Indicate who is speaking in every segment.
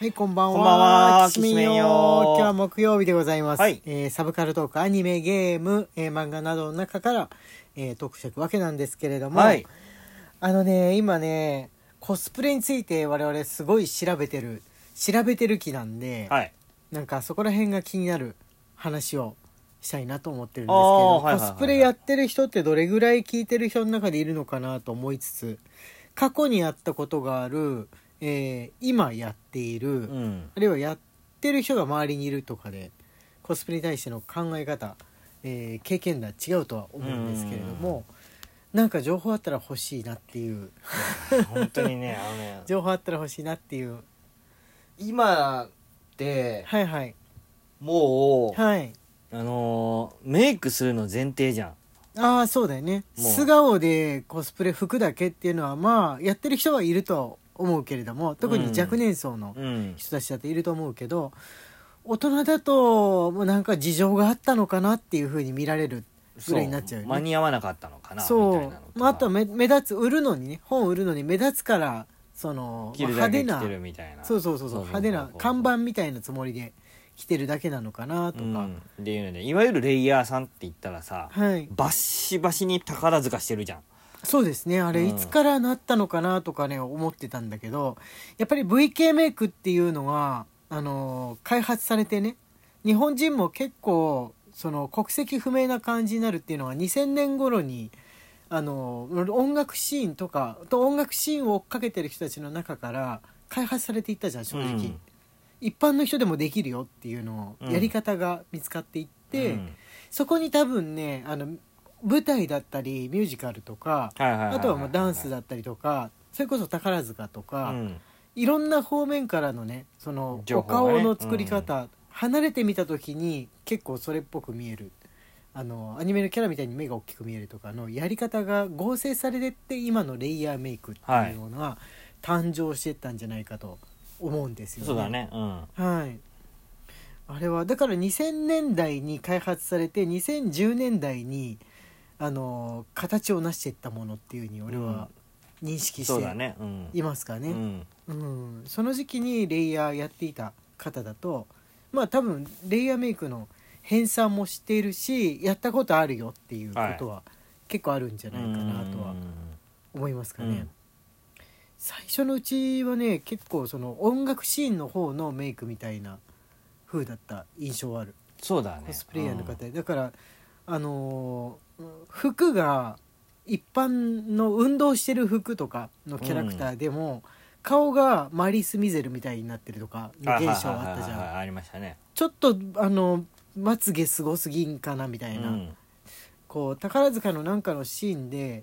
Speaker 1: はい、こんばんは。
Speaker 2: こんばんは
Speaker 1: きすみんよ
Speaker 2: きすみんよ
Speaker 1: 今日は木曜日でございます。
Speaker 2: はい
Speaker 1: えーサブカルトーク、アニメ、ゲーム、えー漫画などの中から、えートークしていくわけなんですけれども、
Speaker 2: はい
Speaker 1: あのね、今ね、コスプレについて我々すごい調べてる、調べてる気なんで、
Speaker 2: はい。
Speaker 1: なんかそこら辺が気になる話をしたいなと思ってるんですけ
Speaker 2: あ
Speaker 1: ど、
Speaker 2: ーはいはいはいはい
Speaker 1: コスプレやってる人ってどれぐらい聞いてる人の中でいるのかなと思いつつ過去にやったことがある、えー今やっている、
Speaker 2: うん。
Speaker 1: あるいはやってる人が周りにいるとかでコスプレに対しての考え方、えー経験談違うとは思うんですけれどもなんか情報あったら欲しいなっていう
Speaker 2: 本当にね、あのね、
Speaker 1: 情報あったら欲しいなっていう
Speaker 2: 今って、
Speaker 1: はいはい
Speaker 2: もう、
Speaker 1: はい
Speaker 2: あのーメイクするの前提じゃん。
Speaker 1: ああそうだよね
Speaker 2: もう
Speaker 1: 素顔でコスプレ服だけっていうのはまあやってる人はいるとは思うけれども特に若年層の
Speaker 2: うん。
Speaker 1: 人たちだっていると思うけど大人だともうなんか事情があったのかなっていうふうに見られるぐらいになっちゃうよね
Speaker 2: 間に合わなかったのかな、みたい
Speaker 1: そ
Speaker 2: なの
Speaker 1: う、
Speaker 2: と
Speaker 1: まあ、あとは
Speaker 2: か
Speaker 1: 目目立つ売るのにね本売るのに目立つからその、
Speaker 2: 着る
Speaker 1: まあ
Speaker 2: だけ着
Speaker 1: 派
Speaker 2: て
Speaker 1: 手
Speaker 2: る
Speaker 1: な
Speaker 2: みたいな。
Speaker 1: そうそうそうそう
Speaker 2: そうそうそうそう
Speaker 1: 派手な看板みたいなつもりで着てるだけなのかなとか、
Speaker 2: うん。っていうので、いわゆるレイヤーさんって言ったらさ、
Speaker 1: はい
Speaker 2: バッシバシに宝塚してるじゃん。
Speaker 1: そうですねあれ
Speaker 2: うん
Speaker 1: いつからなったのかなとかね思ってたんだけどやっぱり VK メイクっていうのはあの開発されてね日本人も結構その国籍不明な感じになるっていうのは2000年頃にあの音楽シーンとかと音楽シーンを追っかけてる人たちの中から開発されていったじゃん正直、
Speaker 2: うん
Speaker 1: 一般の人でもできるよっていうのをやり方が見つかっていって、
Speaker 2: うん
Speaker 1: そこに多分ねあの舞台だったりミュージカルとか
Speaker 2: はいはいいいい
Speaker 1: あとはもうダンスだったりとかそれこそ宝塚とか、
Speaker 2: うん
Speaker 1: いろんな方面からのねその
Speaker 2: 情
Speaker 1: お
Speaker 2: 報がね
Speaker 1: 顔の作り方、離れてみた時に結構それっぽく見えるあのアニメのキャラみたいに目が大きく見えるとかのやり方が合成されてって今のレイヤーメイクっていうものが誕生してったんじゃないかと思うんですよ
Speaker 2: そうだね。うん。
Speaker 1: はい、あれはだから2000年代に開発されて2010年代にあの形を成していったものっていうふうに俺は認識し
Speaker 2: そうだ
Speaker 1: て
Speaker 2: ね。うん。
Speaker 1: いますからね,、
Speaker 2: うん。
Speaker 1: うんその時期にレイヤーやっていた方だとまあ多分レイヤーメイクの編纂も知っているしやったことあるよっていうことは結構あるんじゃないかなとは思いますかね。
Speaker 2: うん
Speaker 1: 最初のうちはね結構その音楽シーンの方のメイクみたいな風だった印象はある
Speaker 2: そうだね。
Speaker 1: コスプレイヤーの方で、だからあのー服が一般の運動してる服とかのキャラクターでも、顔がマリス・ミゼルみたいになってるとかの現象あったじ
Speaker 2: はいはいはい
Speaker 1: ゃん
Speaker 2: はいありましたね。
Speaker 1: ちょっとあのまつげすごすぎんかなみたいな、
Speaker 2: うん
Speaker 1: こう宝塚のなんかのシーンで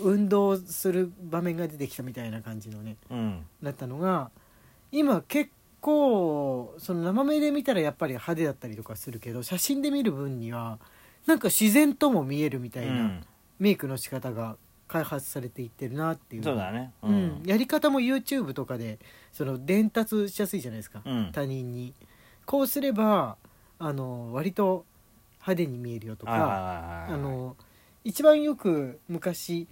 Speaker 1: 運動する場面が出てきたみたいな感じのね
Speaker 2: うん
Speaker 1: だったのが今結構その生目で見たらやっぱり派手だったりとかするけど写真で見る分にはなんか自然とも見えるみたいうなんメイクの仕方が開発されていってるなっていう
Speaker 2: そうだね
Speaker 1: うんやり方も YouTube とかでその伝達しやすいじゃないですか、
Speaker 2: うん
Speaker 1: 他人にこうすればあの割と派手に見えるよとか
Speaker 2: あ
Speaker 1: あの一番よく昔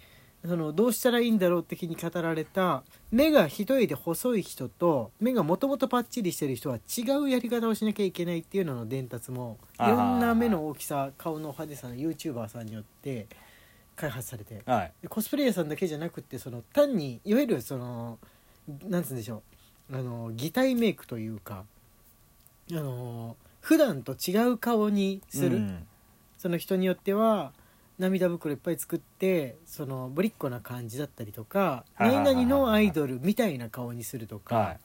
Speaker 1: そのどうしたらいいんだろう的に語られた目が一重で細い人と目がもともとパッチリしてる人は違うやり方をしなきゃいけないっていうのの伝達もい
Speaker 2: あー
Speaker 1: ろんな目の大きさ顔の派手さの YouTuber さんによって開発されて
Speaker 2: はい
Speaker 1: でコスプレイヤーさんだけじゃなくってその単にいわゆるそのなんつうんでしょうあの擬態メイクというかあの普段と違う顔にする。
Speaker 2: うん
Speaker 1: その人によっては涙袋いっぱい作ってそのぶりっ子な感じだったりとか
Speaker 2: はいはいは
Speaker 1: 何
Speaker 2: いはい
Speaker 1: 々のアイドルみたいな顔にすると
Speaker 2: は
Speaker 1: か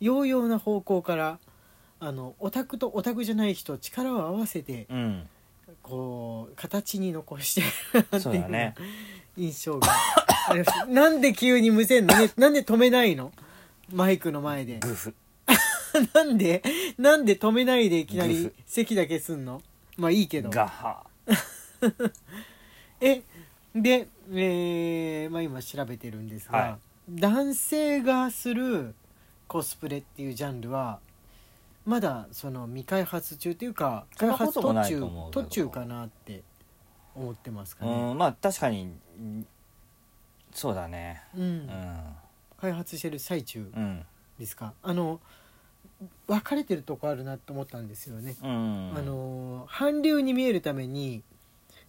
Speaker 1: 洋々な方向からあのオタクとオタクじゃない人力を合わせて
Speaker 2: いうん
Speaker 1: こう形に残してるなって
Speaker 2: そう
Speaker 1: い
Speaker 2: だ
Speaker 1: う
Speaker 2: ね
Speaker 1: 印象が ありましたなんで急に無線のねなんで止めないのマイクの前で
Speaker 2: グフ
Speaker 1: なんでなんで止めないでいきな
Speaker 2: グ
Speaker 1: り
Speaker 2: フ
Speaker 1: 席だけすんのまあいいけど
Speaker 2: ガハ
Speaker 1: えで、えーまあ、今調べてるんですが、
Speaker 2: は
Speaker 1: 男性がするコスプレっていうジャンルはまだその未開発中というか
Speaker 2: そ
Speaker 1: 開
Speaker 2: んなこ
Speaker 1: 発
Speaker 2: と
Speaker 1: 途
Speaker 2: もない
Speaker 1: 中
Speaker 2: と思うけ
Speaker 1: 途
Speaker 2: ど
Speaker 1: 中かなって思ってますかね、
Speaker 2: うんまあ確かにうんそうだね
Speaker 1: うん
Speaker 2: うん
Speaker 1: 開発してる最中
Speaker 2: うん
Speaker 1: ですかあの分かれてるとこあるなと思ったんですよね。
Speaker 2: うん
Speaker 1: あのー韓流に見えるために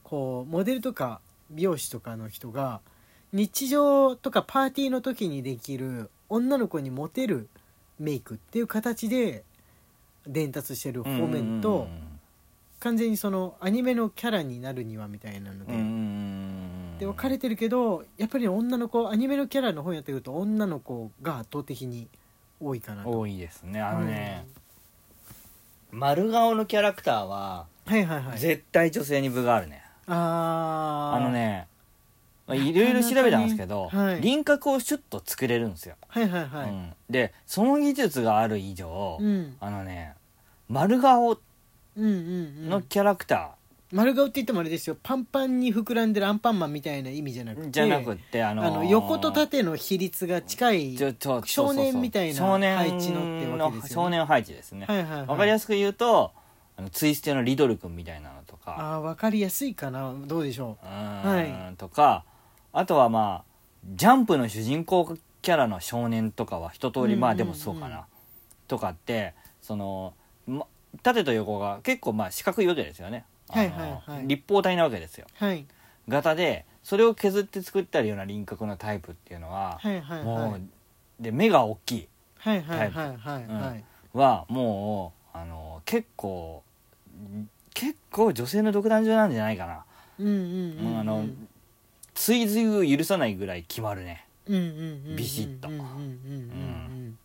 Speaker 1: こうモデルとか美容師とかの人が日常とかパーティーの時にできる女の子にモテるメイクっていう形で伝達してる方面と、完全にそのアニメのキャラになるにはみたいなので、で分かれ
Speaker 2: て
Speaker 1: てるけどやっぱり女の子アニメのキャラの方やってくると女の子が圧倒的に多いかなと。
Speaker 2: 多いですねあのね、丸顔のキャラクターは
Speaker 1: うんはいはいはい。
Speaker 2: 絶対女性に分があるね、
Speaker 1: あー
Speaker 2: あの。ねまあいろいろ調べたんですけど、
Speaker 1: はい
Speaker 2: 輪郭をシュッと作れるんですよ、
Speaker 1: はいはいは
Speaker 2: う
Speaker 1: い。
Speaker 2: んでその技術がある以上、
Speaker 1: うん。
Speaker 2: あのね丸顔
Speaker 1: うんうんう
Speaker 2: の
Speaker 1: ん。
Speaker 2: キャラクタ
Speaker 1: 丸顔って言ってもあれですよ。パンパンに膨らんでるアンパンマンみたいな意味じゃなく
Speaker 2: ー
Speaker 1: て。
Speaker 2: じゃなくって、あのー
Speaker 1: あの横と縦の比率が近い。
Speaker 2: ちょちょ
Speaker 1: 少年
Speaker 2: そうそうそう
Speaker 1: みたいな
Speaker 2: 少年
Speaker 1: 配置のってわけですよね
Speaker 2: 少年配置ですね、
Speaker 1: はいはいはい。
Speaker 2: わかりや
Speaker 1: すい。
Speaker 2: すく言うとあのツイステのリドル君みたいなのとか
Speaker 1: ああ、わかりやすいかな。どうでしょ
Speaker 2: うーんとかあとはまあジャンプの主人公キャラの少年とかは一通りまあ
Speaker 1: うんうん
Speaker 2: で
Speaker 1: うん
Speaker 2: もそうかなとかってそのま縦と横が結構まあ四角いわけですよね
Speaker 1: は
Speaker 2: あの
Speaker 1: いはいはい
Speaker 2: 立方体なわけですよ
Speaker 1: う。はい。
Speaker 2: 型でそれを削って作ってあるような輪郭のタイプっていうのは
Speaker 1: はいはいはい。
Speaker 2: もうで目が大きい
Speaker 1: はいはいはいはいはい、
Speaker 2: はもうあの結構ん結構女性の独壇場なんじゃないかな
Speaker 1: うんうんうんうん
Speaker 2: もうあの追随を許さないぐらい決まるね
Speaker 1: うんうんうんうん
Speaker 2: ビシッと
Speaker 1: うんうんうん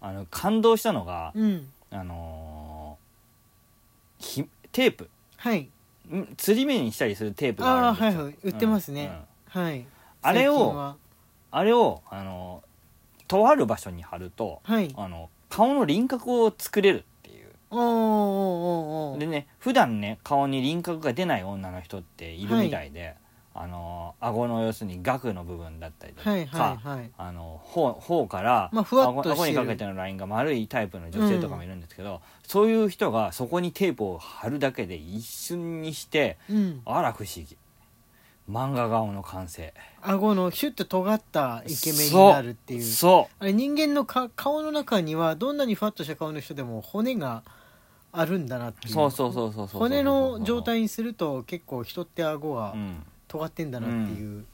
Speaker 2: あの感動したのが
Speaker 1: うんうんうん
Speaker 2: あのーひテープ
Speaker 1: はい
Speaker 2: ん釣り目にしたりするテープが
Speaker 1: あ
Speaker 2: あ
Speaker 1: あ
Speaker 2: るん
Speaker 1: は
Speaker 2: です
Speaker 1: い
Speaker 2: よ
Speaker 1: はい売ってますね、
Speaker 2: うんうん
Speaker 1: はい
Speaker 2: あれを
Speaker 1: 最近は
Speaker 2: あれをあのーとある場所に貼ると
Speaker 1: はい
Speaker 2: あの顔の輪郭を作れるっていう
Speaker 1: おーおーおーお
Speaker 2: で
Speaker 1: ー
Speaker 2: ね普段ね顔に輪郭が出ない女の人っているみたいで、あの顎の要するに顎の部分だったりとか、
Speaker 1: はいはいはい
Speaker 2: あの頬頬から
Speaker 1: まあふわっとしてる
Speaker 2: 顎顎にかけてのラインが丸いタイプの女性とかもいるんですけど、そういう人がそこにテープを貼るだけで一瞬にして
Speaker 1: うん
Speaker 2: あら不思議漫画顔の完成
Speaker 1: 顎のシュッと尖ったイケメンになるっていう
Speaker 2: そう
Speaker 1: あれ人間のか顔の中にはどんなにふわっとした顔の人でも骨があるんだなっていう
Speaker 2: そうそうそうそうそうそうそう
Speaker 1: 骨の状態にすると結構人って顎は、
Speaker 2: うん
Speaker 1: 尖ってんだなっていう、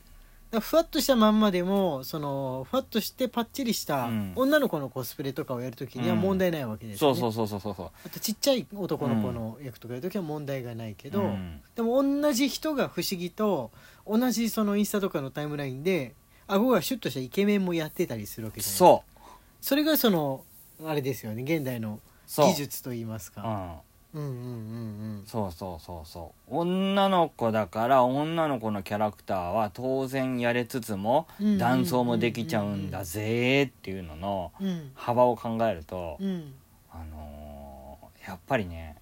Speaker 1: だからふわっとしたまんまでもそのふわっとしてパッチリした
Speaker 2: うん
Speaker 1: 女の子のコスプレとかをやるときには問題ないわけです
Speaker 2: そ
Speaker 1: よ
Speaker 2: う
Speaker 1: ね、
Speaker 2: そうそうそうそうそう
Speaker 1: あとちっちゃい男の子の役とかやるときは問題がないけど、
Speaker 2: うん
Speaker 1: でも同じ人が不思議と同じそのインスタとかのタイムラインで顎がシュッとしたイケメンもやってたりするわけじゃない
Speaker 2: そう
Speaker 1: それがそのあれですよね現代の
Speaker 2: そう
Speaker 1: 技術といいます
Speaker 2: う
Speaker 1: か
Speaker 2: ん
Speaker 1: うんうんうん
Speaker 2: そうそうそうそう女の子だから女の子のキャラクターは当然やれつつも
Speaker 1: うん
Speaker 2: 断層もできちゃうんだぜーっていうのの
Speaker 1: うんうん
Speaker 2: 幅を考えると
Speaker 1: うん
Speaker 2: あのーやっぱりね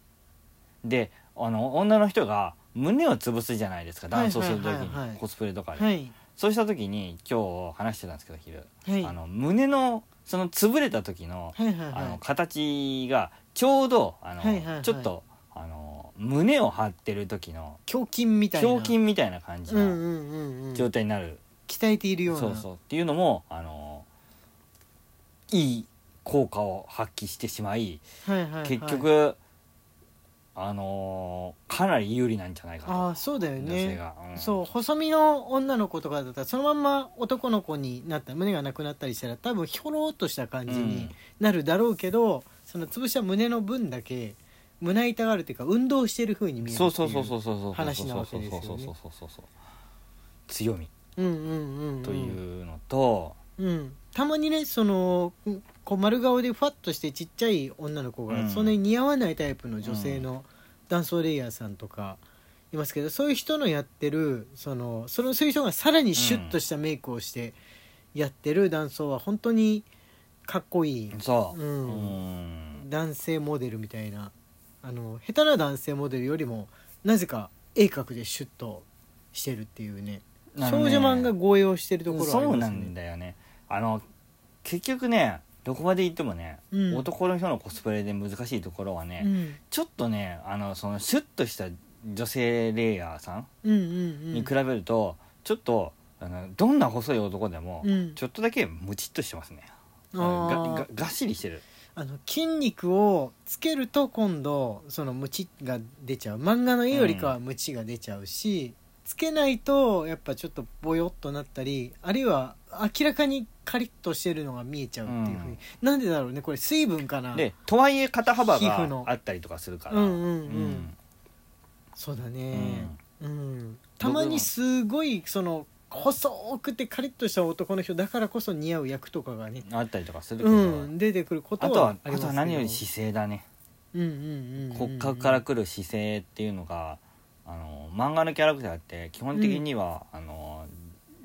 Speaker 2: であの女の人が胸を潰すじゃないですか断層する時
Speaker 1: はいはいはいは
Speaker 2: に
Speaker 1: い
Speaker 2: コスプレとかで、
Speaker 1: はい
Speaker 2: そうした時に今日話してたんですけど昼、
Speaker 1: はい
Speaker 2: あの胸のその潰れた時の
Speaker 1: はいはい
Speaker 2: あの
Speaker 1: は
Speaker 2: 形がちょうどあの、
Speaker 1: はいはいはい
Speaker 2: ちょっとあの胸を張ってる時の
Speaker 1: い胸筋みたいな
Speaker 2: 胸筋みたいな感じ
Speaker 1: うん
Speaker 2: の
Speaker 1: うんうんうん、
Speaker 2: 状態になる、
Speaker 1: 鍛えているような
Speaker 2: そうそうっていうのもあのいい効果を発揮してしまい
Speaker 1: はいはいはい、
Speaker 2: 結局、あのかなり有利なんじゃないかと
Speaker 1: ああそうだよ
Speaker 2: 女性
Speaker 1: ね
Speaker 2: が、うん
Speaker 1: そう細身の女の子とかだったらそのまんま男の子になった胸がなくなったりしたら多分ひょろっとした感じになるだろうけど、その潰した胸の分だけ胸板があるっていうか運動してる風に
Speaker 2: うん
Speaker 1: 見えるって
Speaker 2: そ
Speaker 1: いう
Speaker 2: そうそうそううそうそう
Speaker 1: 話なわけですよね
Speaker 2: そうそうそうそうそう強み
Speaker 1: うんうんうん、うん、
Speaker 2: というのと、
Speaker 1: うん、たまにねそのうんこう丸顔でファッとしてちっちゃい女の子が、
Speaker 2: うん
Speaker 1: そんなに似合わないタイプの女性のダンスレイヤーさんとかいますけど、そういう人のやってるそのそのそういう人がさらにシュッとしたメイクをしてやってるダンスは本当にかっこいい
Speaker 2: そう、
Speaker 1: うん
Speaker 2: うん
Speaker 1: 男性モデルみたいなあの下手な男性モデルよりもなぜか鋭角でシュッとしてるっていうね
Speaker 2: あ
Speaker 1: 少
Speaker 2: のね
Speaker 1: 女漫画豪用してるところはあり
Speaker 2: そう
Speaker 1: ま
Speaker 2: な
Speaker 1: すね
Speaker 2: んだよねあの結局ねどこまで行ってもね、
Speaker 1: うん
Speaker 2: 男の人のコスプレで難しいところはね、
Speaker 1: うん
Speaker 2: ちょっとねあのそのシュッとした女性レイヤーさん
Speaker 1: うんうんうん
Speaker 2: に比べると、ちょっとあのどんな細い男でも、
Speaker 1: うん
Speaker 2: ちょっとだけムチっとしてますね
Speaker 1: あー
Speaker 2: がががっしりしてる
Speaker 1: あの筋肉をつけると今度そのムチが出ちゃう漫画の絵よりかはムチが出ちゃうし、つけないとやっぱちょっとボヨっとなったりあるいは明らかにカリッとしてるのが見えちゃうっていうふうに、
Speaker 2: うん
Speaker 1: なんでだろうねこれ水分かな
Speaker 2: でとはいえ肩幅
Speaker 1: 皮膚の
Speaker 2: があったりとかするから
Speaker 1: うんうんうん
Speaker 2: うん
Speaker 1: そうだ
Speaker 2: う
Speaker 1: ね、
Speaker 2: ん
Speaker 1: うん、たまにすごいその細くてカリッとした男の人だからこそ似合う役とかがね、
Speaker 2: あったりとかする
Speaker 1: う
Speaker 2: けど、
Speaker 1: ん、出てくること
Speaker 2: あとは
Speaker 1: は
Speaker 2: あ
Speaker 1: ります
Speaker 2: と
Speaker 1: けど
Speaker 2: は何より姿勢だね
Speaker 1: うんうんうんうん
Speaker 2: 骨格から来る姿勢っていうのがあの漫画のキャラクターって基本的には、あの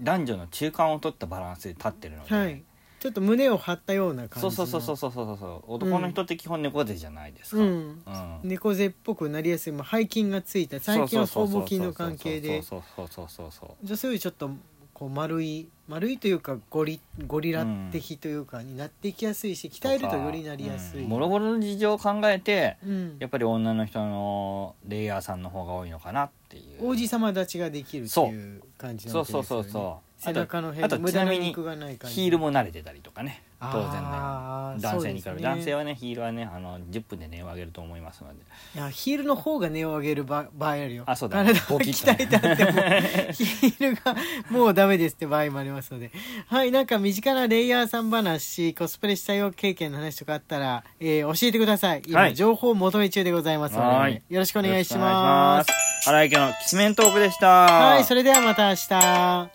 Speaker 2: 男女の中間を取ったバランスで立ってるので、
Speaker 1: はいちょっと胸を張ったような感じ
Speaker 2: そ
Speaker 1: の
Speaker 2: うそうそうそうそうそうそう男の人って基本猫背じゃないですか、
Speaker 1: うん猫背っぽくなりやすい、まあ、背筋がついた最近は僧帽筋の関係で
Speaker 2: そうそうそうそうそうそう
Speaker 1: 女性よりちょっとこう丸い丸いというかゴリゴリラ的というかになっていきやすいし、鍛えるとよりなりやすい、
Speaker 2: うんもろもろの事情を考えて
Speaker 1: うん
Speaker 2: やっぱり女の人のレイヤーさんの方が多いのかなっていう
Speaker 1: 王子様立ちができるっていう感じな
Speaker 2: そ
Speaker 1: わ
Speaker 2: う
Speaker 1: けで
Speaker 2: そう
Speaker 1: すよ
Speaker 2: そう
Speaker 1: ね
Speaker 2: そう
Speaker 1: 背中の
Speaker 2: あと
Speaker 1: 辺
Speaker 2: あと
Speaker 1: 無
Speaker 2: ちな
Speaker 1: 駄な
Speaker 2: みに
Speaker 1: 肉がない感じ
Speaker 2: ヒールも慣れてたりとかね
Speaker 1: あー
Speaker 2: 当然だよ男性に比
Speaker 1: そうで
Speaker 2: べ
Speaker 1: す
Speaker 2: て
Speaker 1: ね
Speaker 2: 男性はねヒールはねあの10分で値を上げると思いますので
Speaker 1: いやヒールの方が値を上げる場場合あるよ
Speaker 2: あそうだね
Speaker 1: 体を
Speaker 2: ボキッと
Speaker 1: 鍛
Speaker 2: ね
Speaker 1: えたっても うヒールがもうダメですって場合もありますのではいなんか身近なレイヤーさん話コスプレしたよ経験の話とかあったら、えー教えてください今、
Speaker 2: はい
Speaker 1: 情報を求め中でございますので、
Speaker 2: はい
Speaker 1: よろしくお願いし
Speaker 2: よろ
Speaker 1: ま
Speaker 2: しくお願いし
Speaker 1: す
Speaker 2: ます荒井家のきしめんトークでした
Speaker 1: はいそれではまた明日